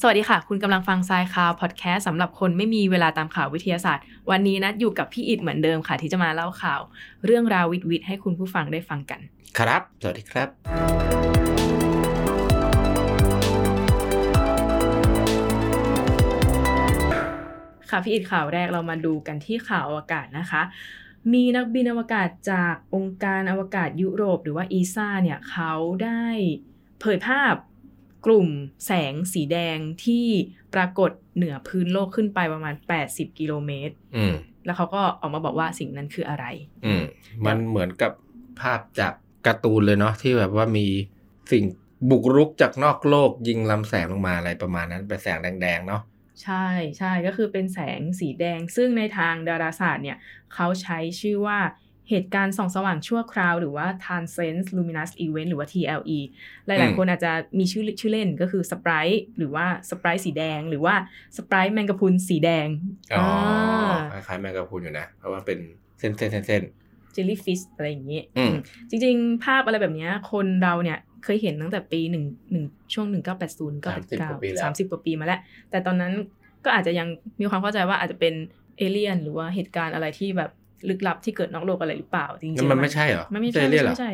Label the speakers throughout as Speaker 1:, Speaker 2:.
Speaker 1: สวัสดีค่ะ คุณกำลังฟังทรายคาวพอดแคสต์สำหรับคนไม่มีเวลาตามข่าววิทยาศาสตร์ วันนี้นัดอยู่กับพี่อิดเหมือนเดิมค่ะ ที่จะมาเล่าข่าว เรื่องราววิทวิทให้คุณผู้ฟังได้ฟังกัน
Speaker 2: ครับ สวัสดีครับ
Speaker 1: ค่ะพี่อิดข่าวแรกเรามาดูกันที่ข่าวอวกาศนะคะ มีนักบินอวกาศจากองค์การอวกาศยุโรปหรือว่าอีซ่าเนี่ยเขาได้เผยภาพกลุ่มแสงสีแดงที่ปรากฏเหนือพื้นโลกขึ้นไปประมาณ 80 กิโลเมตร
Speaker 2: อืม
Speaker 1: แล้วเขาก็ออกมาบอกว่าสิ่งนั้นคืออะไร
Speaker 2: อืม มันเหมือนกับภาพจากการ์ตูนเลยเนาะที่แบบว่ามีสิ่งบุกรุกจากนอกโลกยิงลำแสงลงมาอะไรประมาณนั้นเป็นแสงแดงๆเนาะ
Speaker 1: ใช่ใช่ก็คือเป็นแสงสีแดง ซึ่งในทางดาราศาสตร์เนี่ยเขาใช้ชื่อว่าเหตุการณ์ส่องสว่างชั่วคราว หรือว่า Transient Luminous Event หรือว่า TLE หลาย
Speaker 2: อืม
Speaker 1: ๆ คนอาจจะมีชื่อชื่อเล่นก็คือ Sprite หรือว่า Sprite สีแดง หรือว่า Sprite แมงกะพรุนสีแดง
Speaker 2: อ๋อ
Speaker 1: อ่า
Speaker 2: คล้ายๆแมงกะพรุนอยู่นะ เพราะว่าเป็นเส้นๆเส้น
Speaker 1: เจลลี่ฟิชอะไรอย่างนี้
Speaker 2: อืม
Speaker 1: จริงๆ ภาพอะไรแบบเนี้ยคนเราเนี่ยเคยเห็นตั้งแต่ปีหนึ่งหนึ่งช่วง 1980
Speaker 2: 30กว่าปีแล้
Speaker 1: 9
Speaker 2: ว
Speaker 1: 30 กว่าปีมาแล้ว แต่ตอนนั้นก็อาจจะยังมีความเข้าใจว่าอาจจะเป็นเอเลี่ยน หรือว่าเหตุการณ์อะไรที่แบบลึกลับที่เกิดนอกโลกอะไรหรือเปล่าจริ
Speaker 2: ๆ
Speaker 1: ง
Speaker 2: นั่น
Speaker 1: ๆ
Speaker 2: มันไม่ใช่เหรอ
Speaker 1: มันไม่ใช่
Speaker 2: เรียกเหรอ
Speaker 1: ไม่ใช่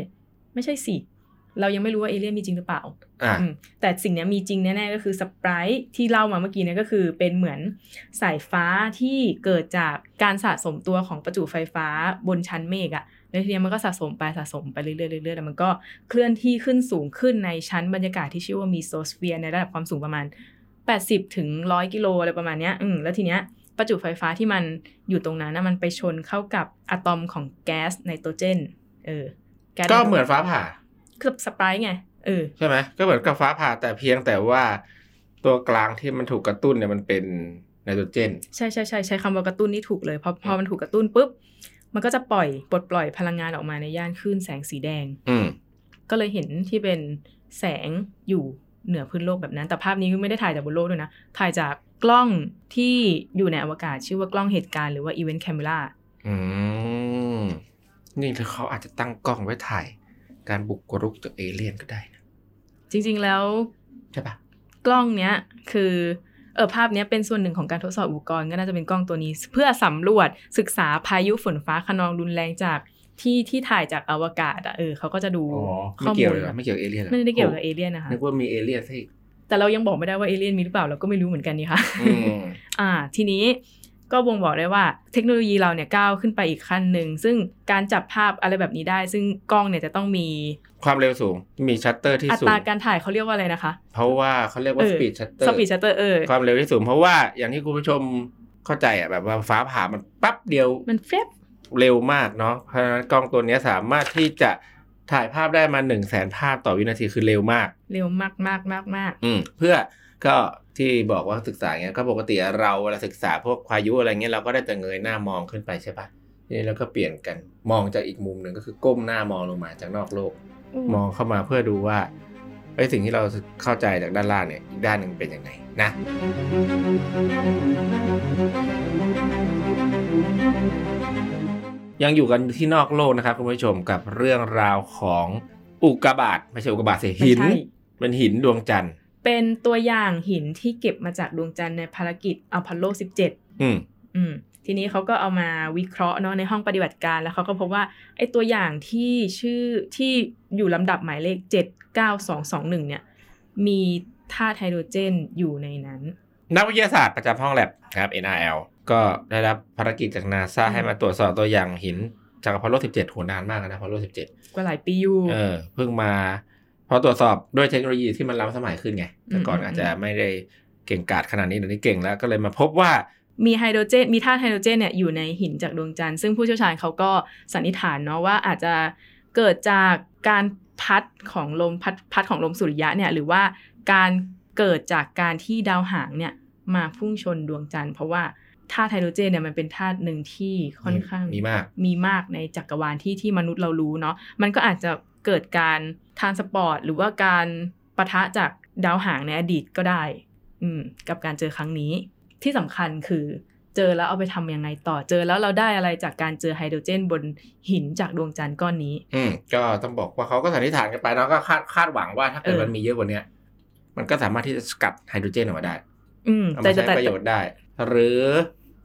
Speaker 1: ไม่ใช่สิ เรายังไม่รู้ว่าเอเลี่ยนมีจริงหรือเปล่า
Speaker 2: อ่ะ
Speaker 1: อืมแต่สิ่งเนี้ยมีจริงแน่ๆก็คือสปรายที่เล่ามาเมื่อกี้เนี่ยก็คือเป็นเหมือนสายฟ้าที่เกิดจากการสะสมตัวของประจุไฟฟ้าบนชั้นเมฆอะแล้วทีเนี้ยมันก็สะสมไปสะสมไปเรื่อยๆเรื่อยๆแล้วมันก็เคลื่อนที่ขึ้นสูงขึ้นในชั้นบรรยากาศที่ชื่อว่ามีโซสเฟียในระดับความสูงประมาณ 80ถึง100 กิโลอะไรประมาณเนี้ยอืมแล้วทีเนี้ยประจุไฟฟ้าที่มันอยู่ตรงนั้นนะมันไปชนเข้ากับอะตอมของแก๊สไนโตรเจนเออแส
Speaker 2: ก็เหมือนฟ้าผ่า
Speaker 1: คือสปรายไงเออ
Speaker 2: ใช่ไหมก็เหมือนกับฟ้าผ่าแต่เพียงแต่ว่าตัวกลางที่มันถูกกระตุ้นเนี่ยมันเป็นไนโตรเจน
Speaker 1: ใช่ใช่ใช่ใช้คำว่ากระตุ้นนี่ถูกเลยเพราะพอมันถูกกระตุ้นปุ๊บ มันก็จะปล่อยปลดปล่อยพลังงานออกมาในย่านคลื่นแสงสีแดง
Speaker 2: อืม
Speaker 1: ก็เลยเห็นที่เป็นแสงอยู่เหนือพื้นโลกแบบนั้น แต่ภาพนี้ไม่ได้ถ่ายจากบนโลกด้วยนะ ถ่ายจากกล้องที่อยู่ในอวกาศ ชื่อว่ากล้องเหตุการณ์หรือว่า Event Camera
Speaker 2: อืม นี่เขาอาจจะตั้งกล้องไว้ถ่าย การบุกรุกจากเอเลี่ยนก็ได้นะ
Speaker 1: จริง ๆ แล้ว
Speaker 2: ใช่ปะ
Speaker 1: กล้องเนี้ยคือเออภาพเนี้ยเป็นส่วนหนึ่งของการทดสอบอุปกรณ์ก็น่าจะเป็นกล้องตัวนี้ เพื่อสำรวจศึกษาพายุฝนฟ้าคะนองรุนแรงจากที่ที่ถ่ายจากอวกาศอ่ะเออเขาก็จะดู
Speaker 2: ไม่เกี่ยวเลยเหร
Speaker 1: แบ
Speaker 2: อบ ไม่เกี่ยวเอเลี่ยนหรอ
Speaker 1: ไม่ได้เกี่ยวกับเอเลี่ยนนะคะ
Speaker 2: นึกว่ามีเอเลี่ยนซะอีก
Speaker 1: แต่เรายังบอกไม่ได้ว่าเอเลี่ยนมีหรือเปล่าเราก็ไม่รู้เหมือนกันนี่ค่ะ
Speaker 2: อืม
Speaker 1: อ่า ทีนี้ก็บ่งบอกได้ว่าเทคโนโลยีเราเนี่ยก้าวขึ้นไปอีกขั้นหนึ่ง ซึ่งการจับภาพอะไรแบบนี้ได้ ซึ่งกล้องเนี่ยจะต้องมี
Speaker 2: ความเร็วสูง มีชัตเตอร์ที่
Speaker 1: อั
Speaker 2: สู
Speaker 1: ตราง การถ่ายเขาเรียกว่าอะไรนะคะ
Speaker 2: เพราะว่าเขาเรียกว่า
Speaker 1: เอ
Speaker 2: ส
Speaker 1: อ
Speaker 2: ปีดชัตเตอร์
Speaker 1: สปีดชัตเตอร์เออ
Speaker 2: ความเร็วที่สูง เพราะว่าอย่างที่คุณผู้ชมเข้าใจอ่ะแบบว่าฟ้าผ่ามันปั๊บเดียว
Speaker 1: มันเฟบ
Speaker 2: เร็วมากเนาะ เพราะฉะนั้นกล้องตัวเนี้ยสามารถที่จะถ่ายภาพได้มาหนึ่งแสนภาพต่อวินาทีคือเร็วมาก
Speaker 1: เร็วมากมากมากมาก
Speaker 2: อืมเพื่อก็ที่บอกว่าศึกษาเงี้ยก็ปกติเราเวลาศึกษาพวกพายุอะไรเงี้ยเราก็ได้แต่เงยหน้ามองขึ้นไปใช่ปะทีนี้เราก็เปลี่ยนกันมองจากอีกมุมหนึ่งก็คือก้มหน้ามองลงมาจากนอกโลก มองเข้ามาเพื่อดูว่าไอ้ยสิ่งที่เราเข้าใจจากด้านล่างเนี่ยอีกด้านหนึ่งเป็นยังไงนะยังอยู่กันที่นอกโลกนะครับคุณผู้ชมกับเรื่องราวของอุกกาบาตไม่ใช่อุกกาบาตสิ
Speaker 1: ไม่
Speaker 2: หิน
Speaker 1: ใช่
Speaker 2: เป็นหินดวงจันทร์
Speaker 1: เป็นตัวอย่างหินที่เก็บมาจากดวงจันทร์ในภารกิจอพอลโล 17
Speaker 2: อืม
Speaker 1: อืมทีนี้เขาก็เอามาวิเคราะห์เนาะในห้องปฏิบัติการแล้วเขาก็พบว่าไอ้ตัวอย่างที่ชื่อที่อยู่ลำดับหมายเลข 79221 เนี่ย มีธาตุไฮโดรเจนอยู่ในนั้น
Speaker 2: นักวิทยาศาสตร์ประจำห้องแลบนะครับ NRL ก็ได้รับภารกิจจากนาซา
Speaker 1: อืม
Speaker 2: ให้มาตรวจสอบตัวอย่างหินจากอพอลโล 17โหนานมากนะอพอลโล 17
Speaker 1: กว่าหลายปีอยู่
Speaker 2: เออเพิ่งมาพอตรวจสอบด้วยเทคโนโลยีที่มันล้ำสมัยขึ้นไง แต่ก่อน
Speaker 1: อืม
Speaker 2: อาจจะไม่ได้เก่งกาจขนาดนี้เดี๋ยวนี้เก่งแล้วก็เลยมาพบว่า
Speaker 1: มีไฮโดรเจนมีธาตุไฮโดรเจนเนี่ยอยู่ในหินจากดวงจันทร์ซึ่งผู้เชี่ยวชาญเขาก็สันนิษฐานเนาะว่าอาจจะเกิดจากการพัดของลมพัดพัดของลมสุริยะเนี่ยหรือว่าการเกิดจากการที่ดาวหางเนี่ยมาพุ่งชนดวงจันทร์เพราะว่าธาตุไฮโดรเจนเนี่ยมันเป็นธาตุหนึ่งที่ค่อนข้าง
Speaker 2: มีมาก
Speaker 1: มีมากในจักรวาลที่ที่มนุษย์เรารู้เนาะมันก็อาจจะเกิดการทานสปอร์ตหรือว่าการปะทะจากดาวหางในอดีตก็ได้ อืมกับการเจอครั้งนี้ ที่สำคัญคือเจอแล้วเอาไปทำยังไงต่อเจอแล้วเราได้อะไรจากการเจอไฮโดรเจนบนหินจากดวงจันทร์ก้อนนี้
Speaker 2: อืมก็ต้องบอกว่าเขาก็สันนิษฐานกันไปเนาะก็คาดคาดหวังว่าถ้าเกิด
Speaker 1: เออ
Speaker 2: มันมีเยอะกว่าเนี้ย มันก็สามารถที่จะสกัดไฮโดรเจนออกมาได้
Speaker 1: อืม
Speaker 2: เอา
Speaker 1: แต่
Speaker 2: มา
Speaker 1: จะ
Speaker 2: ใช้
Speaker 1: แต่
Speaker 2: ประโยชน์ได้ หรือ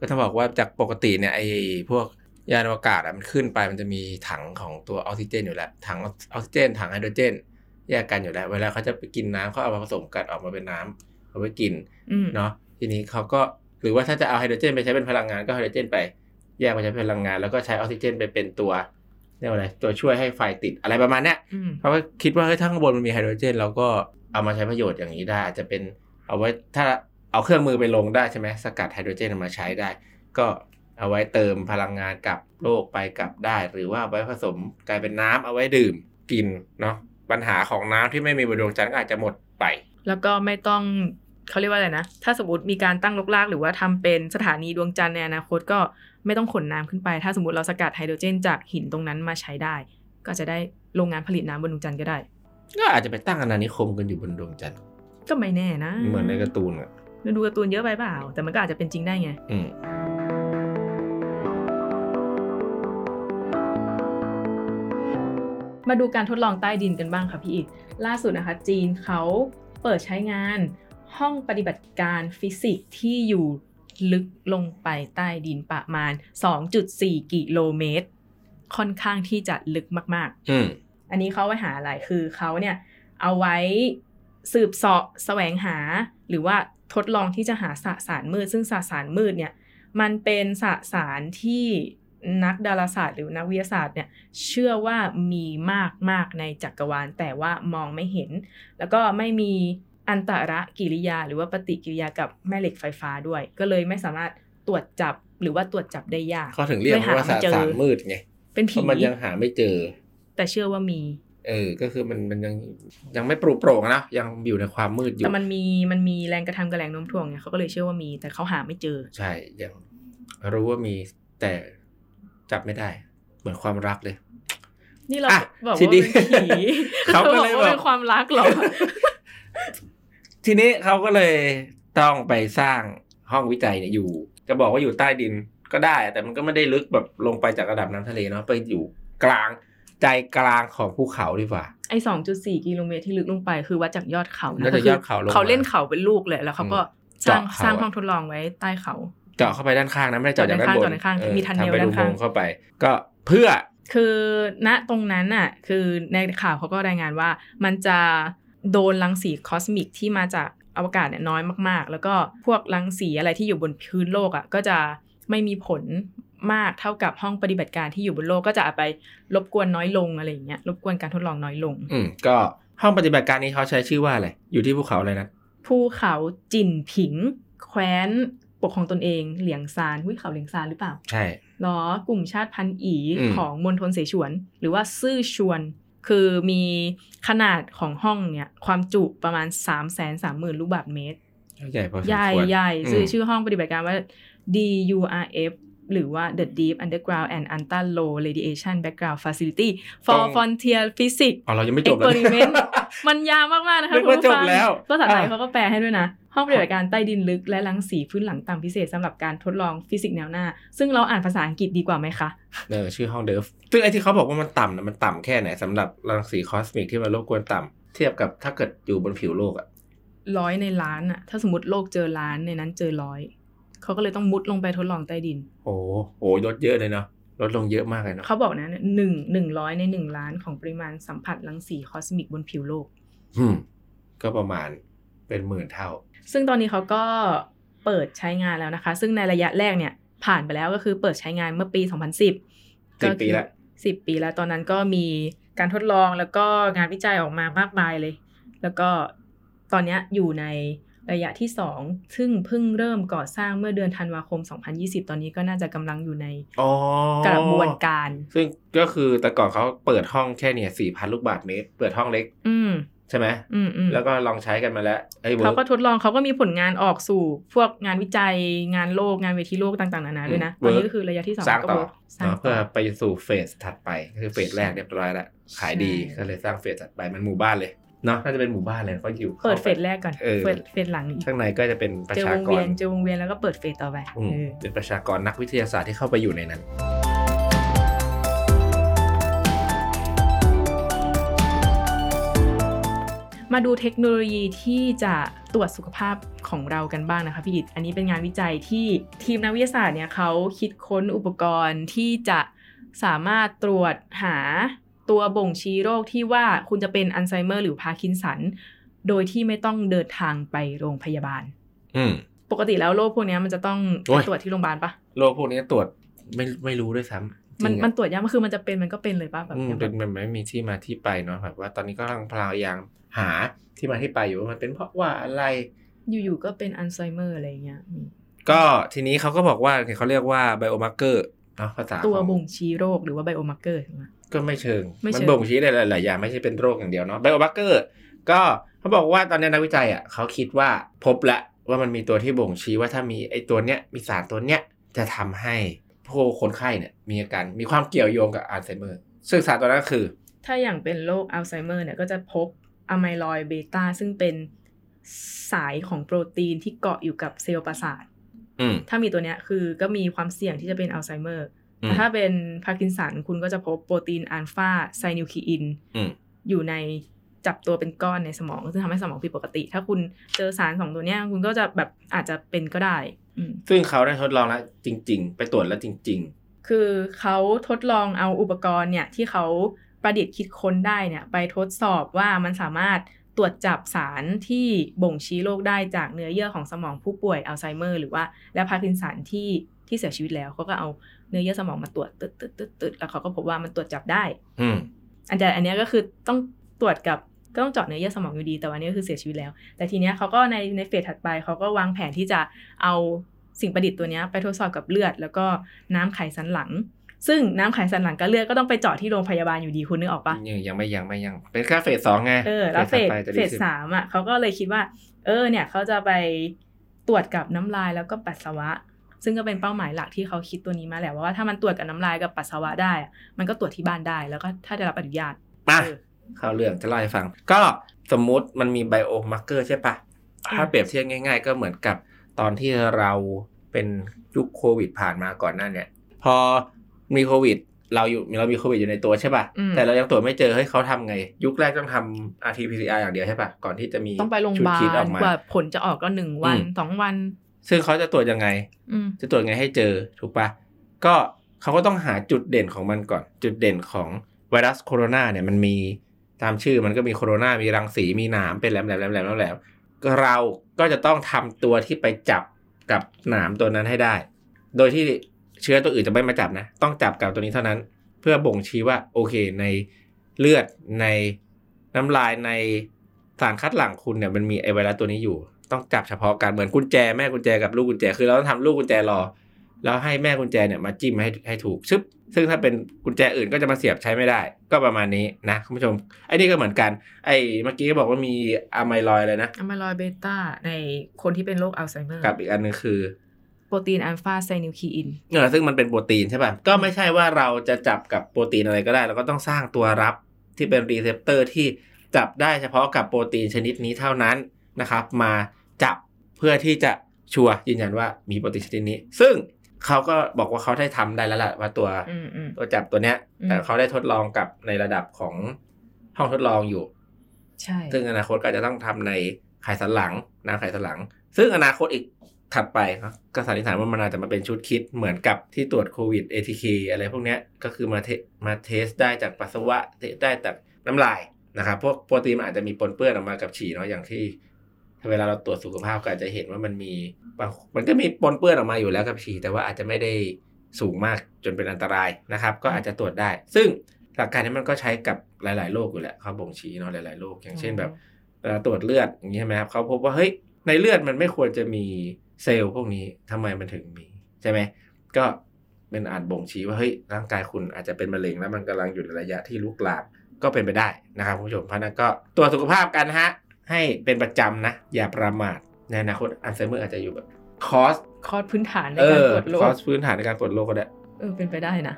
Speaker 2: ก็ต้องบอกว่าจากปกติเนี่ยไอ้พวกยานอวกาศอะมันขึ้นไปมันจะมีถังของตัวออกซิเจนอยู่แล้วถังออกซิเจน ถังไฮโดรเจน แยกกันอยู่แล้ว เวลาเขาจะไปกินน้ำเขาเอามาผสมกันออกมาเป็นน้ำเอาไปกิน
Speaker 1: อืม
Speaker 2: เนาะทีนี้เขาก็หรือว่าถ้าจะเอาไฮโดรเจนไปใช้เป็นพลังงานก็ไฮโดรเจนไป แยกมาใช้เป็นพลังงาน แล้วก็ใช้ออกซิเจนไปเป็นตัวเรียกว่าอะไรตัวช่วยให้ไฟติดอะไรประมาณเนี้ย
Speaker 1: อืม
Speaker 2: เขาก็คิดว่าเฮ้ยถ้าข้างบนมันมีไฮโดรเจนเราก็เอามาใช้ประโยชน์อย่างนี้ได้อาจจะเป็นเอาไว้ถ้าเอาเครื่องมือไปลงได้ใช่ไหมสกัดไฮโดรเจนเอามาใช้ได้ ก็เอาไว้เติมพลังงานกลับโลกไปกลับได้ หรือว่าเอาไว้ผสมกลายเป็นน้ำเอาไว้ดื่มกินเนาะปัญหาของน้ำที่ไม่มีบนดวงจันทร์ก็อาจจะหมดไป
Speaker 1: แล้วก็ไม่ต้องเขาเรียกว่าอะไรนะ ถ้าสมมติมีการตั้งลกลากหรือว่าทำเป็นสถานีดวงจันทร์ในอนาคตก็ไม่ต้องขนน้ำขึ้นไป ถ้าสมมติเราสกัดไฮโดรเจนจากหินตรงนั้นมาใช้ได้ ก็จะได้โรงงานผลิตน้ำบนดวงจันทร์ก็ได้
Speaker 2: ก็อาจจะไปตั้งอาณานิคมกันอยู่บนดวงจันทร์
Speaker 1: ก็ไม่แน่นะ
Speaker 2: เหมือนในการ์ตูนอ่ะ
Speaker 1: ดูการ์ตูนเยอะไปเปล่า แต่มันก็อาจจะเป็นจริงได้ไง
Speaker 2: อืม
Speaker 1: มาดูการทดลองใต้ดินกันบ้างค่ะพี่อิกล่าสุดนะคะ จีนเขาเปิดใช้งานห้องปฏิบัติการฟิสิกส์ที่อยู่ลึกลงไปใต้ดินประมาณ 2.4 กิโลเมตร ค่อนข้างที่จะลึกมาก
Speaker 2: อืม
Speaker 1: ๆ อันนี้เขาไว้หาอะไรคือเขาเนี่ยเอาไว้สืบเสาะแสวงหา หรือว่าทดลองที่จะหาสสารมืด ซึ่งสสารมืดเนี่ยมันเป็นสสารที่นักดาราศาสตร์หรือนักวิทยาศาสตร์เนี่ย เชื่อว่ามีมากมากๆในจักรวาล แต่ว่ามองไม่เห็น แล้วก็ไม่มีอันตระกิริยา หรือว่าปฏิกิริยากับแม่เหล็กไฟฟ้าด้วย ก็เลยไม่สามารถตรวจจับหรือว่าตรวจจับได้ยาก
Speaker 2: เขาถึงเรียกมันว่าส
Speaker 1: ลยหไ
Speaker 2: สารมืดไง
Speaker 1: เป็น
Speaker 2: เพ
Speaker 1: ผี
Speaker 2: ราะมันยังหาไม่เจอ
Speaker 1: แต่เชื่อว่ามี
Speaker 2: เออ ก็คือมันมันยังยังไม่ปรุโปร่งนะยังอยู่ในความมืดอยู่
Speaker 1: แต่มันมีมันมีแรงกระทำกับแรงโน้มถ่วงไงเขาก็เลยเชื่อว่ามี แต่เขาหาไม่เจอ
Speaker 2: ใช่ยังรู้ว่ามีแต่จับไม่ได้ เหมือนความรักเลย
Speaker 1: นี่เรา
Speaker 2: อ่ะ
Speaker 1: บอก
Speaker 2: ที
Speaker 1: ว่า
Speaker 2: นี้
Speaker 1: เป็นผี
Speaker 2: เขาก็
Speaker 1: บอก
Speaker 2: เลย
Speaker 1: ว่าเป็
Speaker 2: บ
Speaker 1: น
Speaker 2: อก
Speaker 1: ความรักเหรอ
Speaker 2: ทีนี้เขาก็เลยต้องไปสร้างห้องวิจัยเนี่ยอยู่ จะบอกว่าอยู่ใต้ดินก็ได้ แต่มันก็ไม่ได้ลึกแบบลงไปจากระดับน้ำทะเลเนาะไปอยู่กลางใจกลางของภูเขาดีกว่า
Speaker 1: ไอ้สองจุดสี่กิโลเมตรที่ลึกลงไปคือวัดจากยอดเขา
Speaker 2: วั
Speaker 1: นะ
Speaker 2: ดจากยอดเขาลงมา
Speaker 1: เขาเล่นเขาเป็นลูกเลยแล้วเขาก็สร้าง
Speaker 2: เจาะเขา
Speaker 1: สร้างห้องทดลองไว้ใต้เขา
Speaker 2: เจาะเข้าไปด้านข้างนะไม่ได้เจาะจากด้านบน
Speaker 1: เจาะด้านข้าง
Speaker 2: เออ
Speaker 1: มีทันเดียว
Speaker 2: ทำไป
Speaker 1: ด้าน
Speaker 2: ดู
Speaker 1: ข้าง
Speaker 2: งเข้าไป ก็เพื่อ
Speaker 1: คือณตรงนั้นน่ะคือในข่าวเขาก็รายงานว่า มันจะโดนรังสีคอสมิกที่มาจากอวกาศเนี่ยน้อยมาก ๆ แล้วก็พวกรังสีอะไรที่อยู่บนพื้นโลกอ่ะก็จะไม่มีผลมากเท่ากับห้องปฏิบัติการที่อยู่บนโลกก็จะเอาไปรบกวนน้อยลงอะไรอย่างเงี้ยรบกวนการทดลองน้อยลง
Speaker 2: อืมก็ห้องปฏิบัติการนี้เขาใช้ชื่อว่าอะไรอยู่ที่ภูเขาอะไรนะ
Speaker 1: ภูเขาจินผิง แคว้นปกครองตนเองเหลียงซานหุ้ยเขาเหลียงซานหรือเปล่า
Speaker 2: ใช่
Speaker 1: หรอกลุ่มชาติพันธุ์อี
Speaker 2: อืม
Speaker 1: ของมณฑลเสฉวน หรือว่าซื่อชวน คือมีขนาดของห้องเนี่ย ความจุประมาณ 3 3 0 0 0 0 ลูกบาศก์เมตร
Speaker 2: ใหญ่พอสมควร
Speaker 1: ใหญ่ใหญ่
Speaker 2: อืม
Speaker 1: ชื่อชื่อห้องปฏิบัติการว่า DURF หรือว่า The Deep Underground and Ultra Low Radiation Background Facility for
Speaker 2: ต้อง
Speaker 1: Frontier Physics
Speaker 2: อ๋อเรายังไม่จบเลย
Speaker 1: Experiment มันยาวมาก ๆ นะคะ
Speaker 2: นึกว่า
Speaker 1: คุณผู้ฟัง
Speaker 2: จบแล้ว
Speaker 1: ภาษาไทย
Speaker 2: อ่ะ
Speaker 1: เขาก็แปลให้ด้วยนะ ห้องปฏิบัติการใต้ดินลึกและรังสีพื้นหลังต่ำพิเศษสำหรับการทดลองฟิสิกส์แนวหน้า ซึ่งเราอ่านภาษาอังกฤษดีกว่าไหมคะ
Speaker 2: เออชื่อห้องเดิฟซึ่งไอ้ที่เขาบอกว่ามันต่ำนะมันต่ำแค่ไหนสำหรับรังสีคอสมิกที่มันรบกวนต่ำเทียบกับถ้าเกิดอยู่บนผิวโลกอะ
Speaker 1: ร้อยในล้านอะถ้าสมมติโลกเจอล้านในนั้นเจอร้อย เขาก็เลยต้องมุดลงไปทดลองใต้ดิน
Speaker 2: โอ้โหโอ้ลดเยอะเลยเนาะลดลงเยอะมากเลยเนาะ
Speaker 1: เขาบอกนะหนึ่งหนึ่งร้อยในหนึ่งล้านของปริมาณสัมผัสรังสีคอสมิกบนผิวโลก
Speaker 2: อืมก็ประมาณเป็นหมื่นเท่า
Speaker 1: ซึ่งตอนนี้เขาก็เปิดใช้งานแล้วนะคะ ซึ่งในระยะแรกเนี่ยผ่านไปแล้วก็คือเปิดใช้งานเมื่อปี 2010
Speaker 2: สิบปีละ
Speaker 1: สิบปีแล้วตอนนั้นก็มีการทดลองแล้วก็งานวิจัยออกมามากมายเลย แล้วก็ตอนเนี้ยอยู่ในระยะที่ 2 ซึ่งเพิ่งเริ่มก่อสร้างเมื่อเดือนธันวาคม 2020 ตอนนี้ก็น่าจะกำลังอยู่ใน
Speaker 2: อ๋อก
Speaker 1: ระบวนการ
Speaker 2: ซึ่งก็คือแต่ก่อนเขาเปิดห้องแค่เนี่ยสี่พันลูกบาทเมตร เปิดห้องเล็ก
Speaker 1: อืม
Speaker 2: ใช่ไหม
Speaker 1: อืมอืม
Speaker 2: แล้วก็ลองใช้กันมาแล้วไอ้ยเวิ
Speaker 1: เขา
Speaker 2: ร์ก
Speaker 1: ก็ทดลองเขาก็มีผลงานออกสู่ พวกงานวิจัยงานโลกงานเวทีโลกต่างๆนานาด้วยนะ
Speaker 2: อื
Speaker 1: ต
Speaker 2: ม
Speaker 1: อนนี้ก็คือระยะที่สอง
Speaker 2: สร้างต่อ
Speaker 1: ก็เวิกสร้าง
Speaker 2: เนาะ
Speaker 1: ต่
Speaker 2: เพื่อ
Speaker 1: อ
Speaker 2: ไปสู่เฟสถัดไปก็คือเฟสแรกเรียบร้อยแล้วขายดี
Speaker 1: ใช่
Speaker 2: ก็เลยสร้างเฟสถัดไปมันหมู่บ้านเลยเนาะน่าจะเป็นหมู่บ้านเลยเพราะอยู่
Speaker 1: เปิดเฟสแรกก่อน
Speaker 2: เออ
Speaker 1: เปิดเฟสหลังอีก
Speaker 2: ข้างในก็จะเป็นประ
Speaker 1: เจอ
Speaker 2: ชาว
Speaker 1: ง
Speaker 2: ก
Speaker 1: เวี
Speaker 2: ร
Speaker 1: ยนเจอวงเวียนแล้วก็เปิดเฟสต่อไป
Speaker 2: อืม
Speaker 1: เออ
Speaker 2: เป็นประชากรนักวิทยาศาสตร์ที่เข้าไปอยู่ในนั้น
Speaker 1: มาดูเทคโนโลยีที่จะตรวจสุขภาพของเรากันบ้างนะคะพี่อิดอันนี้เป็นงานวิจัยที่ทีมนักวิทยาศาสตร์เนี่ยเขาคิดค้นอุปกรณ์ที่จะสามารถตรวจหาตัวบ่งชี้โรคที่ว่าคุณจะเป็นอัลไซเมอร์หรือพาร์กินสัน โดยที่ไม่ต้องเดินทางไปโรงพยาบาล
Speaker 2: อืม
Speaker 1: ปกติแล้วโรคพวกเนี้ยมันจะต้อง
Speaker 2: โอ้ย
Speaker 1: ไปตรวจที่โรงพยาบาลปะ
Speaker 2: โรคพวกนี้ตรวจไม่ไม่รู้ด้วยซ้ำ
Speaker 1: มัน
Speaker 2: จริงอะ
Speaker 1: มันตรวจยากมันคือมันจะเป็นมันก็เป็นเลยปะแบบ
Speaker 2: อืม
Speaker 1: เนี้ยแบ
Speaker 2: เป็
Speaker 1: บ
Speaker 2: นมันไม่มีที่มาที่ไปเนาะแบบว่าตอนนี้ก็กำลังพยายามหาที่มาที่ไปอยู่ว่ามันเป็นเพราะว่าอะไร
Speaker 1: อยู่ๆ ก็เป็นอัลไซเมอร์อะไรเงี้ยอืม
Speaker 2: ก็ทีนี้เขาก็บอกว่าเนี่ยเขาเรียกว่าไบโอมาร์เกอร์เนาะภาษา
Speaker 1: ตัว
Speaker 2: ของ
Speaker 1: บ่งชี้โรคหรือว่าไบโอมาร์เกอร์ใช่ไหม
Speaker 2: ก็ไม่เชิง
Speaker 1: ไม่เชิง
Speaker 2: มันบ่งชี้ได้หลายๆอย่างไม่ใช่เป็นโรคอย่างเดียวเนาะไบโอมาร์เกอร์ก็เขาบอกว่าตอนนี้นักวิจัยอ่ะเขาคิดว่าพบละว่ามันมีตัวที่บ่งชี้ว่าถ้ามีไอ้ตัวเนี้ยมีสารตัวเนี้ยจะทำให้ผู้คนไข้เนี่ยมีอาการมีความเกี่ยวโยงกับอัลไซเมอร์ซึ่งสารตัวนั้นก็คือ
Speaker 1: ถ้าอย่างเป็นโรคอัลไซเมอร์เนี่ยก็จะพบอะไมลอยเบต้าซึ่งเป็นสายของโปรตีนที่เกาะอยู่กับเซลล์ประสาท
Speaker 2: อืม
Speaker 1: ถ้ามีตัวเนี้ยคือก็มีความเสี่ยงที่จะเป็นอัลไซเมอร์
Speaker 2: อื
Speaker 1: แต่
Speaker 2: ม
Speaker 1: ถ้าเป็นพาร์กินสันคุณก็จะพบโปรตีนอัลฟาไซนิวคีอิน
Speaker 2: อืม
Speaker 1: อยู่ในจับตัวเป็นก้อนในสมองซึ่งทำให้สมองผิดปกติ ถ้าคุณเจอสารสองตัวเนี้ยคุณก็จะแบบอาจจะเป็นก็ได้อืม
Speaker 2: ซึ่งเขาได้ทดลองแล้วจริง ๆ ไปตรวจแล้วจริง ๆ
Speaker 1: คือเขาทดลองเอาอุปกรณ์เนี่ยที่เขาประดิษฐ์คิดค้นได้เนี่ยไปทดสอบว่ามันสามารถตรวจจับสารที่บ่งชี้โรคได้จากเนื้อเยื่อของสมองผู้ป่วยอัลไซเมอร์หรือว่าและพาร์กินสันที่ที่เสียชีวิตแล้วเขาก็เอาเนื้อเยื่อสมองมาตรวจตึดตึดตึดตึดแล้วเขาก็พบว่ามันตรวจจับได้
Speaker 2: อืม
Speaker 1: อันแต่อันเนี้ยก็คือต้องตรวจกับก็ต้องเจาะเนื้อเยื่อสมองอยู่ดีแต่วันนี้ก็คือเสียชีวิตแล้ว แต่ทีเนี้ยเขาก็ในในเฟสถัดไปเขาก็วางแผนที่จะเอาสิ่งประดิษฐ์ตัวเนี้ยไปทดสอบกับเลือด แล้วก็น้ำไขสันหลัง ซึ่งน้ำไขสันหลังกับเลือดก็ต้องไปเจาะที่โรงพยาบาลอยู่ดีคุณนึกออกปะ
Speaker 2: ยังยังไม่ยังไม่ยัง เป็นแค่เฟสสองไง
Speaker 1: เออแล้วเฟส
Speaker 2: ถัดไปจะ
Speaker 1: เฟ
Speaker 2: ดี
Speaker 1: ส
Speaker 2: ขึ้น
Speaker 1: สามอ่ะเขาก็เลยคิดว่า เออเนี่ยเขาจะไปตรวจกับน้ำลายแล้วก็ปัสสาวะ ซึ่งก็เป็นเป้าหมายหลักที่เขาคิดตัวนี้มาแหละว่าถ้ามันตรวจกับน้ำลายกับปัสสาวะได้อะมันก็ตรวจที่บ้านได้แล้วก็ถ้าได้รับอนุญาต
Speaker 2: มา
Speaker 1: เออ
Speaker 2: เข้าเรื่องจะเล่าให้ฟัง ก็สมมุติมันมีไบโอมาร์เกอร์ใช่ปะถ้าเปรียบเทียบง่าย ๆ ก็เหมือนกับตอนที่เราเป็นยุคโควิดผ่านมาก่อนหน้าเนี่ย พอมีโควิด เราอยู่เรามีโควิดอยู่ในตัวใช่ปะ
Speaker 1: อืม
Speaker 2: แต่เรายังตรวจไม่เจอเฮ้ยเขาทำไง ยุคแรกต้องทำ rt pcr อย่างเดียวใช่ปะก่อนที่จะมี
Speaker 1: ต้องไปโรงพยาบา
Speaker 2: ชุดคิด
Speaker 1: ล
Speaker 2: ออกม
Speaker 1: กว่าผลจะออกก็หนึ่งวัน
Speaker 2: อืม
Speaker 1: สองวัน
Speaker 2: ซึ่งเขาจะตรวจยังไง
Speaker 1: อืม
Speaker 2: จะตรวจไงให้เจอถูกปะก็เขาก็ต้องหาจุดเด่นของมันก่อน จุดเด่นของไวรัสโคโรนาเนี่ยมันมีตามชื่อมันก็มีโคโรนา มีรังสี มีหนามเป็นแหลมแหลมแหลมแหลมแหลมแหลมก็เราก็จะต้องทำตัวที่ไปจับกับหนามตัวนั้นให้ได้ โดยที่เชื้อตัวอื่นจะไม่มาจับนะ ต้องจับกับตัวนี้เท่านั้น เพื่อบ่งชี้ว่าโอเคในเลือดในน้ำลายในสารคัดหลั่งคุณเนี่ยมันมีไอไวรัสตัวนี้อยู่ ต้องจับเฉพาะการเหมือนกุญแจแม่กุญแจกับลูกกุญแจคือเราต้องทำลูกกุญแจรอ แล้วให้แม่กุญแจเนี่ยมาจิ้มให้ให้ถูกชึบซึ่งถ้าเป็นกุญแจอื่นก็จะมาเสียบใช้ไม่ได้ ก็ประมาณนี้นะคุณผู้ชมไอ้นี่ก็เหมือนกัน ไอ้เมื่อกี้ก็บอกว่ามีอะไมลอยเลยนะ
Speaker 1: อะมาลอยเบต้าในคนที่เป็นโรคอัลไซเมอร์
Speaker 2: กับอีกอันหนึงคือ
Speaker 1: โปรตีนอัลฟาไซนิวคีอิน
Speaker 2: เออซึ่งมันเป็นโปรตีนใช่ป่ะ ก็ไม่ใช่ว่าเราจะจับกับโปรตีนอะไรก็ได้ เราก็ต้องสร้างตัวรับที่เป็นรีเซพเตอร์ที่จับได้เฉพาะกับโปรตีนชนิดนี้เท่านั้นนะครับ มาจับเพื่อที่จะชัวร์ยืนยันว่ามีโปรตีนชนิดนี้ ซึ่งเขาก็บอกว่าเขาได้ทำได้แล้วล่ะว่าตัว
Speaker 1: อืมอืม
Speaker 2: ตัวจับตัวเนี้ย
Speaker 1: อืม
Speaker 2: แต่เขาได้ทดลองกับในระดับของห้องทดลองอยู่
Speaker 1: ใช่
Speaker 2: ซึ่งอนาคตก็อาจจะต้องทำในไขสันหลังนะไขสันหลัง ซึ่งอนาคตอีกถัดไปเนอะก็สันนิษฐานว่ามันอาจจะมาเป็นชุดคิดเหมือนกับที่ตรวจโควิด ATK อะไรพวกเนี้ยก็คือมาเทมาเทสได้จากปัสสาวะเทสได้จากน้ำลายนะครับพวกโปรตีนมันอาจจะมีปนเปื้อนออกมากับฉี่เนาะอย่างที่เวลาเราตรวจสุขภาพก็อาจจะเห็นว่ามันมีบางมันก็มีปนเปื้อนออกมาอยู่แล้วกับฉี่แต่ว่าอาจจะไม่ได้สูงมากจนเป็นอันตรายนะครับ ก็อาจจะตรวจได้ ซึ่งหลักการนี้มันก็ใช้กับหลาย ๆ โรคอยู่แหละเขาบ่งชี้เนาะหลาย ๆโรคอย่างเช่นแบบ เวลาตรวจเลือดอย่างนี้ใช่ไหมครับเขาพบว่าเฮ้ยในเลือดมันไม่ควรจะมีเซลล์พวกนี้ทำไมมันถึงมีใช่ไหมก็เป็นอาจบ่งชี้ว่าเฮ้ยร่างกายคุณอาจจะเป็นมะเร็งแล้วมันกำลังอยู่ในระยะที่ลุกลามก็เป็นไปได้นะครับคุณผู้ชมเพราะฉะนั้นก็ตรวจสุขภาพกันฮะให้เป็นประจำนะ อย่าประมาทในอนาคตอัลไซเมอร์อาจจะอยู่แบบคอส
Speaker 1: คอร์สพื้นฐานใน
Speaker 2: เอ
Speaker 1: การ
Speaker 2: อ
Speaker 1: ตรวจโร
Speaker 2: ค
Speaker 1: ค
Speaker 2: อสพื้นฐานในการตรวจโรคก็ได้
Speaker 1: เออเป็นไปได้นะ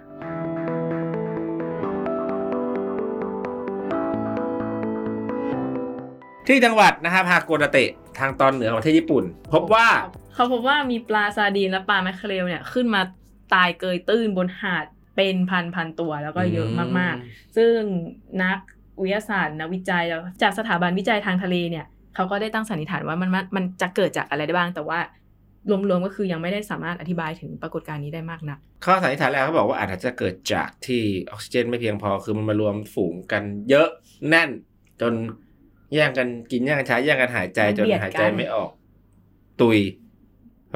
Speaker 2: ที่จังหวัดนะฮะฮาโกดาเตะทางตอนเหนือของประเทศญี่ปุ่น พบว่า
Speaker 1: เขาพบว่ามีปลาซาดีนและปลาแมคเคอเรลเนี่ยขึ้นมาตายเกยตื้นบนหาดเป็นพันพันๆตัวแล้วก็เยอะมากๆ ซึ่งนัก วิทยาศาสตร์นักวิจัยจากสถาบันวิจัยทางทะเลเนี่ยเขาก็ได้ตั้งสันนิษฐานว่ามันมันมันจะเกิดจากอะไรได้บ้าง แต่ว่ารวมๆก็คือยังไม่ได้สามารถอธิบายถึงปรากฏการณ์นี้ได้มากนัก
Speaker 2: ข้อสันนิษฐานแรกเขาบอกว่าอาจจะเกิดจากที่ออกซิเจนไม่เพียงพอคือมันมารวมฝูงกันเยอะแน่น จนแย่งกันกินแย่งกันใช้แย่งกันหายใจ
Speaker 1: มัน
Speaker 2: จน
Speaker 1: เบียดกัน
Speaker 2: หายใจไม่ออก ตุย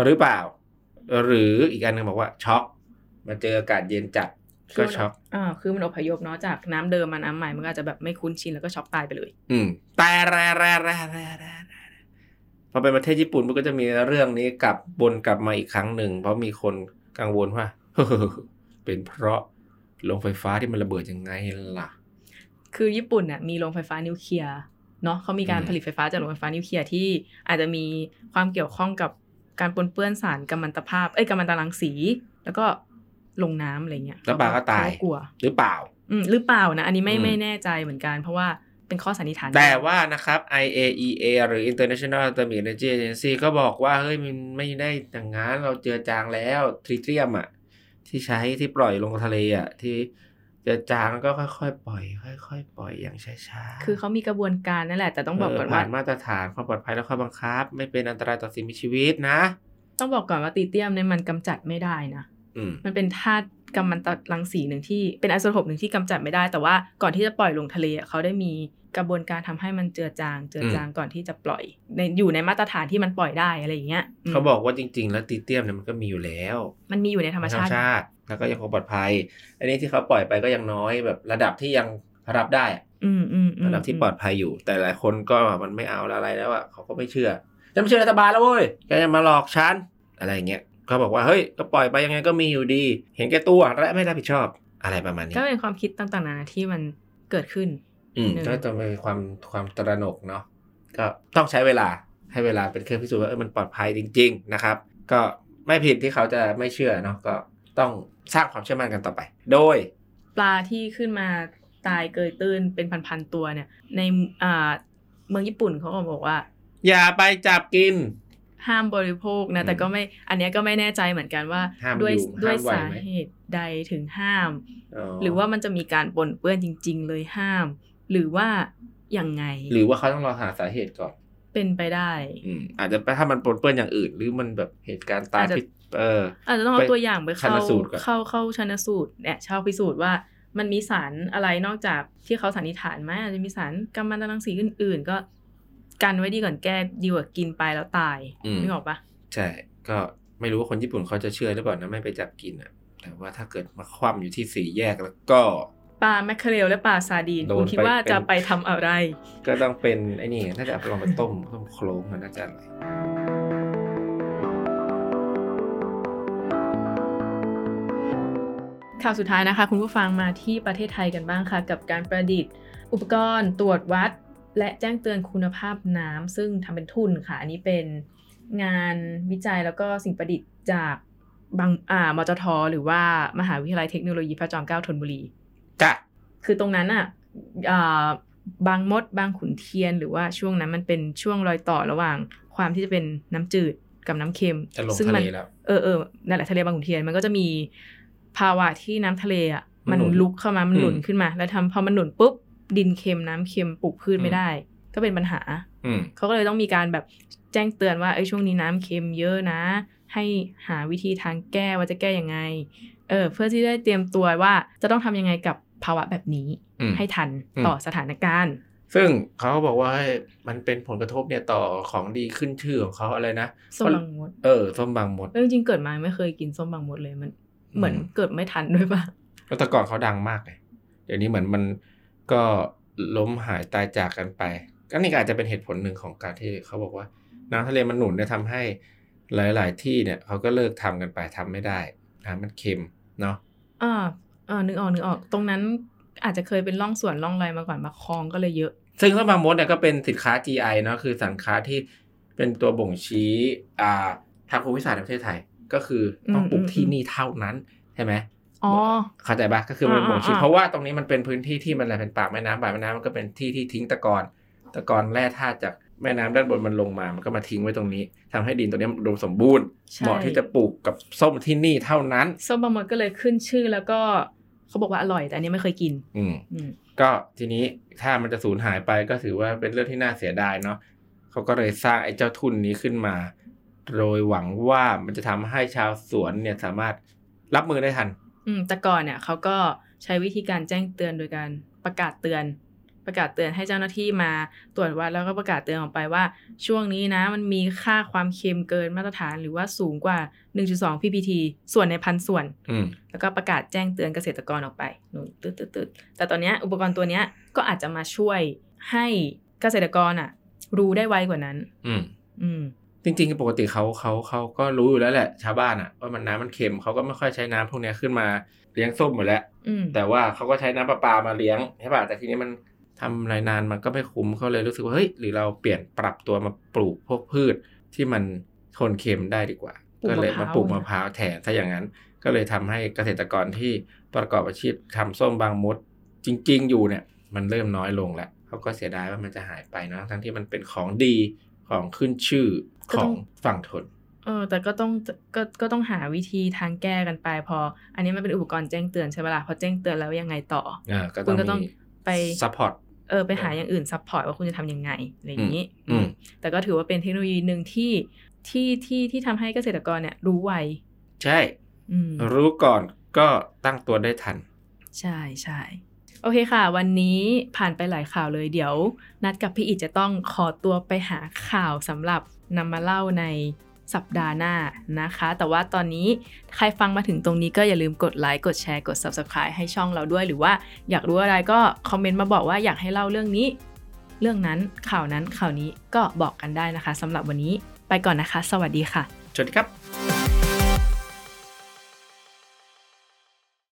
Speaker 2: หรือเปล่า หรืออีกอันหนึงบอกว่าช็อกมาเจออากาศเย็นจัดก็ช็อก
Speaker 1: อ่าคือมันอพยพเนาะจากน้ำเดิมมาน้ำใหม่มันก็อาจจะแบบไม่คุ้นชินแล้วก็ช็อกตายไปเลย
Speaker 2: อืมแต่แร่แร่แร่แร่แร่แร่พอเป็นประเทศญี่ปุ่นมันก็จะมีเรื่องนี้กลับบนกลับมาอีกครั้งหนึ่ง เพราะมีคนกังวลว่า เป็นเพราะโรงไฟฟ้าที่มันระเบิดยังไงล่ะ
Speaker 1: คือญี่ปุ่นน่ะมีโรงไฟฟ้านิวเคลียร์เนาะเขามีการ
Speaker 2: อืม
Speaker 1: ผลิตไฟฟ้าจากโรงไฟฟ้านิวเคลียร์ที่อาจจะมีความเกี่ยวข้องกับการปนเปื้อนสารกัมมันตภาพ เอ้ยกัมมันตรังสี แล้วก็ลงน้ำอะไรเงี้ย
Speaker 2: แล้วปลาก็ตาย
Speaker 1: เขกลัว
Speaker 2: หรือเปล่า
Speaker 1: อืมหรือเปล่านะ อันนี้ไม่
Speaker 2: อืม
Speaker 1: ไม่แน่ใจเหมือนกัน เพราะว่าเป็นข้อสันนิษฐาน
Speaker 2: แต่ว่านะครับ IAEA หรือ International Atomic Energy Agency ก็บอกว่า เฮ้ย มันไม่ได้อย่างนั้นเราเจือจางแล้วทริเทียมอ่ะ ที่ใช้ที่ปล่อยลงทะเลอ่ะ ที่เจือจางแล้วก็ค่อยๆ ปล่อย ค่อย ๆ ปล่อยอย่างช้าๆ
Speaker 1: คือเขามีกระบวนการนั่นแหละแต่ต้องบอกก่อน
Speaker 2: เผ่า
Speaker 1: ว่า
Speaker 2: นมาตรฐานความปลอดภัยและข้อบังคับ ไม่เป็นอันตรายต่อสิ่งมีชีวิตนะ
Speaker 1: ต้องบอกก่อนว่าตีเตียมเนี่ยมันกำจัดไม่ได้นะ
Speaker 2: อืม
Speaker 1: มันเป็นธาตุกัมมันตรังสีหนึ่งที่เป็นไอโซโทปหนึ่งที่กำจัดไม่ได้ แต่ว่าก่อนที่จะปล่อยลงทะเลอะเขาได้มีกระบวนการทำให้มันเจือจาง เจือจางก่อนที่จะปล่อยในอยู่ในมาตรฐานที่มันปล่อยได้อะไรอย่างเงี้ยม
Speaker 2: เขาบอกว่าจริง ๆ แล้วตีเตียมเนี่ยมันก็มีอยู่แล้ว
Speaker 1: มันมีอยู่ในธรรมชาติ
Speaker 2: ติ แล้วก็ยังคงปลอดภัย อันนี้ที่เขาปล่อยไปก็ยังน้อยแบบระดับที่ยังรับได้อะ
Speaker 1: อืมอืมม
Speaker 2: ระดับที่ปลอดภัยอยู่ แต่หลายคนก็มันไม่เอาอะไรแล้วอ่ะเขาก็ไม่เชื่อจะไม่เชื่อรัฐบาลแล้วเว้ยแกจะมาหลอกฉันอะไรอย่างเงี้ยเขาบอกว่าเฮ้ยก็ปล่อยไปยังไงก็มีอยู่ดี เห็นแก่ตัวและไม่รับผิดชอบอะไรประมาณนี้
Speaker 1: ก็เป็นความคิดต่างๆนานาที่มันเกิดขึ้น
Speaker 2: อืม
Speaker 1: หนึ่ง
Speaker 2: ก็จะเป็นความความตระหนกเนาะ ก็ต้องใช้เวลาให้เวลาเป็นเครื่องพิสูจน์ว่าเออมันปลอดภัยจริง ๆ นะครับ ก็ไม่ผิดที่เขาจะไม่เชื่อเนาะก็ต้องสร้างความเชื่อมั่นกันต่อไป โดย
Speaker 1: ปลาที่ขึ้นมาตายเกยตื้นเป็นพันๆตัวเนี่ย ในอ่าเมืองญี่ปุ่นเขาก็บอกว่า
Speaker 2: อย่าไปจับกิน
Speaker 1: ห้ามบริโภคนะ แต่ก็ไม่อันเนี้ยก็ไม่แน่ใจเหมือนกันว่า
Speaker 2: ห้าม
Speaker 1: ด้วย
Speaker 2: อยู่
Speaker 1: ด้วย
Speaker 2: ห้าม
Speaker 1: สา
Speaker 2: ไหวไหม
Speaker 1: เหตุใดถึงห้าม หรือว่ามันจะมีการปนเปื้อนจริง ๆ เลยห้าม หรือว่ายังไง
Speaker 2: หรือว่าเขาต้องรอหาสาเหตุก่อน
Speaker 1: เป็นไปได้
Speaker 2: อืมอาจจะไปถ้ามันปนเปื้อนอย่างอื่น หรือมันแบบเหตุการณ์ตาย
Speaker 1: อาจจะ
Speaker 2: พิษเออ
Speaker 1: อาจจะต้องเอา
Speaker 2: ไป
Speaker 1: ตัวอย่างไปเข้า
Speaker 2: ชันสูตรก่อน
Speaker 1: เข้าเข้าชันสูตรเนี่ยชาพิสูจน์ว่ามันมีสารอะไรนอกจากที่เขาสันนิษฐานไหมอาจจะมีสารกัมมันตรังสีอื่น ๆ ก็กันไว้ดีก่อนแก้ดีกว่ากินไปแล้วตาย
Speaker 2: อืม
Speaker 1: นึกออกปะ
Speaker 2: ใช่ ก็ไม่รู้ว่าคนญี่ปุ่นเขาจะเชื่อหรือเปล่านะไม่ไปจับกินอ่ะ แต่ว่าถ้าเกิดมาคว่ำอยู่ที่สี่แยกแล้วก็
Speaker 1: ปลาแมคเคอเรลและปลาซาร์ดีน
Speaker 2: โดน
Speaker 1: คุณคิด
Speaker 2: ไป
Speaker 1: ว่า
Speaker 2: เป็น
Speaker 1: จะไปทำอะไร
Speaker 2: ก็ต้องเป็นไอ้นี่น่าจะเอาไปลองไปต้มต้มโคลงมันน่าจะอร่อย
Speaker 1: ข่าวสุดท้ายนะคะ คุณผู้ฟังมาที่ประเทศไทยกันบ้างค่ะ กับการประดิษฐ์ อุปกรณ์ตรวจวัด และแจ้งเตือนคุณภาพน้ำซึ่งทำเป็นทุนค่ะ อันนี้เป็นงานวิจัยแล้วก็สิ่งประดิษฐ์จากบางอ่ามจท หรือว่ามหาวิทยาลัยเทคโนโลยีพระจอมเกล้าธนบุรี
Speaker 2: จ้ะ
Speaker 1: คือตรงนั้นอ่ะอ่าบางมดบางขุนเทียน หรือว่าช่วงนั้นมันเป็นช่วงรอยต่อระหว่างความที่จะเป็นน้ำจืดกับน้ำเค็ม
Speaker 2: จะลง
Speaker 1: ซึ่
Speaker 2: ทะ
Speaker 1: มั
Speaker 2: เลแล้ว
Speaker 1: เออเออนั่นแหละทะเลบางขุนเทียนมันก็จะมีภาวะที่น้ำทะเลอ่ะ
Speaker 2: มั
Speaker 1: มัน น
Speaker 2: หนุน
Speaker 1: ลุกเข้ามา มันหนุน
Speaker 2: อืม
Speaker 1: ขึ้นมา แล้วทำพอมันหนุนปุ๊บ ดินเค็มน้ำเค็มปลูกพืช
Speaker 2: อืม
Speaker 1: ไม่ได้ ก็เป็นปัญหา
Speaker 2: อืม
Speaker 1: เขาก็เลยต้องมีการแบบแจ้งเตือนว่าเอ้ยช่วงนี้น้ำเค็มเยอะนะ ให้หาวิธีทางแก้ว่าจะแก้ยังไงเออเพื่อที่ได้เตรียมตัวว่าจะต้องทำยังไงกับภาวะแบบนี้
Speaker 2: อืม
Speaker 1: ให้ทัน
Speaker 2: อืม
Speaker 1: ต่อสถานการณ์
Speaker 2: ซึ่งเขาก็บอกว่าให้มันเป็นผลกระทบเนี่ยต่อของดีขึ้นชื่อของเขาอะไรนะ
Speaker 1: ส้มบางมด
Speaker 2: เออส้มบางมด
Speaker 1: เออจริงๆเกิดมาไม่เคยกินส้มบางมดเลยมันเหมือน
Speaker 2: อืม
Speaker 1: เกิดไม่ทันด้วยปะ
Speaker 2: แล้วแต่ก่อนเขาดังมากเลยเดี๋ยวนี้เหมือนมันก็ล้มหายตายจากกันไปก็นี่ก็อาจจะเป็นเหตุผลหนึ่งของการที่เขาบอกว่าน้ำทะเลมันหนุนเนี่ยทำให้หลาย ๆ ที่เนี่ยเขาก็เลิกทำกันไปทำไม่ได้น้ำมันเค็มเนาะ
Speaker 1: อ่าอ่านึกออกนึกออกตรงนั้นอาจจะเคยเป็นร่องสวนร่องอะไรมาก่อนมาคลองก็เลยเยอะ
Speaker 2: ซึ่งส้มบางมดเนี่ยก็เป็นสินค้า GI เนาะคือสินค้าที่เป็นตัวบ่งชี้อ่าทางภูมิศาสตร์ในประเทศไทย ก็คือต้องปลูก
Speaker 1: อืมอืม
Speaker 2: ที่นี่เท่านั้นใช่ไหม
Speaker 1: อ๋อ
Speaker 2: เข้าใจปะก็คือมันเป็
Speaker 1: อ่า
Speaker 2: นบ่งชี้
Speaker 1: อ่า
Speaker 2: เพราะว่าตรงนี้มันเป็นพื้นที่ที่มันอะไรเป็นปากแม่น้ำปากแม่น้ำมันก็เป็นที่ที่ทิ้งตะกอนตะกอนแร่ธาตุจากแม่น้ำด้านบนมันลงมา มันก็มาทิ้งไว้ตรงนี้ทำให้ดินตรงนี้มันอุดมสมบูรณ์
Speaker 1: ใช่
Speaker 2: เหมาะที่จะปลูกกับส้มที่นี่เท่านั้น
Speaker 1: ส้มบางมดก็เลยขึ้นชื่อแล้วก็ เขาบอกว่าอร่อยแต่อันนี้ไม่เคยกิน
Speaker 2: อืม
Speaker 1: อืม
Speaker 2: ก็ทีนี้ถ้ามันจะสูญหายไปก็ถือว่าเป็นเรื่องที่น่าเสียดายเนาะเขาก็เลยสร้างไอ้เจ้าทุนนี้ขึ้นมา โดยหวังว่ามันจะทำให้ชาวสวนเนี่ยสามารถรับมือได้ทัน
Speaker 1: อืมแต่ก่อนเนี่ยเขาก็ใช้วิธีการแจ้งเตือนโดยการประกาศเตือน ประกาศเตือนให้เจ้าหน้าที่มาตรวจวัดแล้วก็ประกาศเตือนออกไปว่า ช่วงนี้นะมันมีค่าความเค็มเกินมาตรฐานหรือว่าสูงกว่า 1.2 ppt ส่วนในพันส่วน
Speaker 2: อืม
Speaker 1: แล้วก็ประกาศแจ้งเตือนเกษตรกรออกไปนู่นตึ๊ดตึ๊ดตึ๊ดแต่ตอนเนี้ยอุปกรณ์ตัวเนี้ยก็อาจจะมาช่วยให้เกษตรกรอ่ะ รู้ได้ไวกว่านั้น
Speaker 2: อืม
Speaker 1: อืม
Speaker 2: จริงๆปกติเขาเขาเขาก็รู้อยู่แล้วแหละ ชาวบ้านอะว่ามันน้ำมันเค็มเขาก็ไม่ค่อยใช้น้ำพวกเนี้ยขึ้นมาเลี้ยงส้มหมดแล้ว
Speaker 1: อืม
Speaker 2: แต่ว่าเขาก็ใช้น้ำประปามาเลี้ยงใช่ป่ะแต่ทีนี้มันทำรายนานมันก็ไม่คุ้มเขาเลยรู้สึกว่าเฮ้ยหรือเราเปลี่ยนปรับตัวมาปลูกพวกพืชที่มันทนเค็มได้ดีกว่า
Speaker 1: ปลูก
Speaker 2: ก็เลย
Speaker 1: มะพร้าม
Speaker 2: าว ปลูกมะพร้าวแทนถ้าอย่างนั้น ก็เลยทำให้เกษตรกรที่ประกอบอาชีพทำส้มบางมด จริง ๆ อยู่เนี่ย มันเริ่มน้อยลงแล้วเขาก็เสียดายว่ามันจะหายไปเนอะทั้งที่มันเป็นของดีของขึ้นชื่อ
Speaker 1: ก็
Speaker 2: ข
Speaker 1: ต้
Speaker 2: อ
Speaker 1: อง ง
Speaker 2: ฝั่งทน
Speaker 1: เออแต่ก็ต้องก็ก็ต้องหาวิธีทางแก้กันไปพอ อันนี้มันเป็นอุปกรณ์แจ้งเตือนใช่ไหมล่ะพอแจ้งเตือนแล้วยังไงต่อ
Speaker 2: อ่าก็
Speaker 1: คุณก็ต้
Speaker 2: ต้
Speaker 1: อ
Speaker 2: อง ง
Speaker 1: ไป
Speaker 2: ซัพพอร์ต
Speaker 1: เออไปหาอย่างอื่นซัพพอร์ตว่าคุณจะทำยังไงอะไรอย่างนี้
Speaker 2: อืมอืม
Speaker 1: แต่ก็ถือว่าเป็นเทคโนโลยีหนึ่งที่ที่ที่ที่ทำให้เกษตรกรเนี่ยรู้ไว
Speaker 2: ใช่
Speaker 1: อืม
Speaker 2: รู้ก่อนก็ตั้งตัวได้ทัน
Speaker 1: ใช่ใช่โอเคค่ะ วันนี้ผ่านไปหลายข่าวเลยเดี๋ยว นัดกับพี่อิจจะต้องขอตัวไปหาข่าวสำหรับนำมาเล่าในสัปดาห์หน้านะคะ แต่ว่าตอนนี้ใครฟังมาถึงตรงนี้ก็อย่าลืมกดไลค์กดแชร์กด Subscribe ให้ช่องเราด้วย หรือว่าอยากรู้อะไรก็คอมเมนต์มาบอกว่าอยากให้เล่าเรื่องนี้ เรื่องนั้นข่าวนั้นข่าวนี้ก็บอกกันได้นะคะสำหรับวันนี้ไปก่อนนะคะ สวัสดีค่ะ
Speaker 2: สวัสดีครับ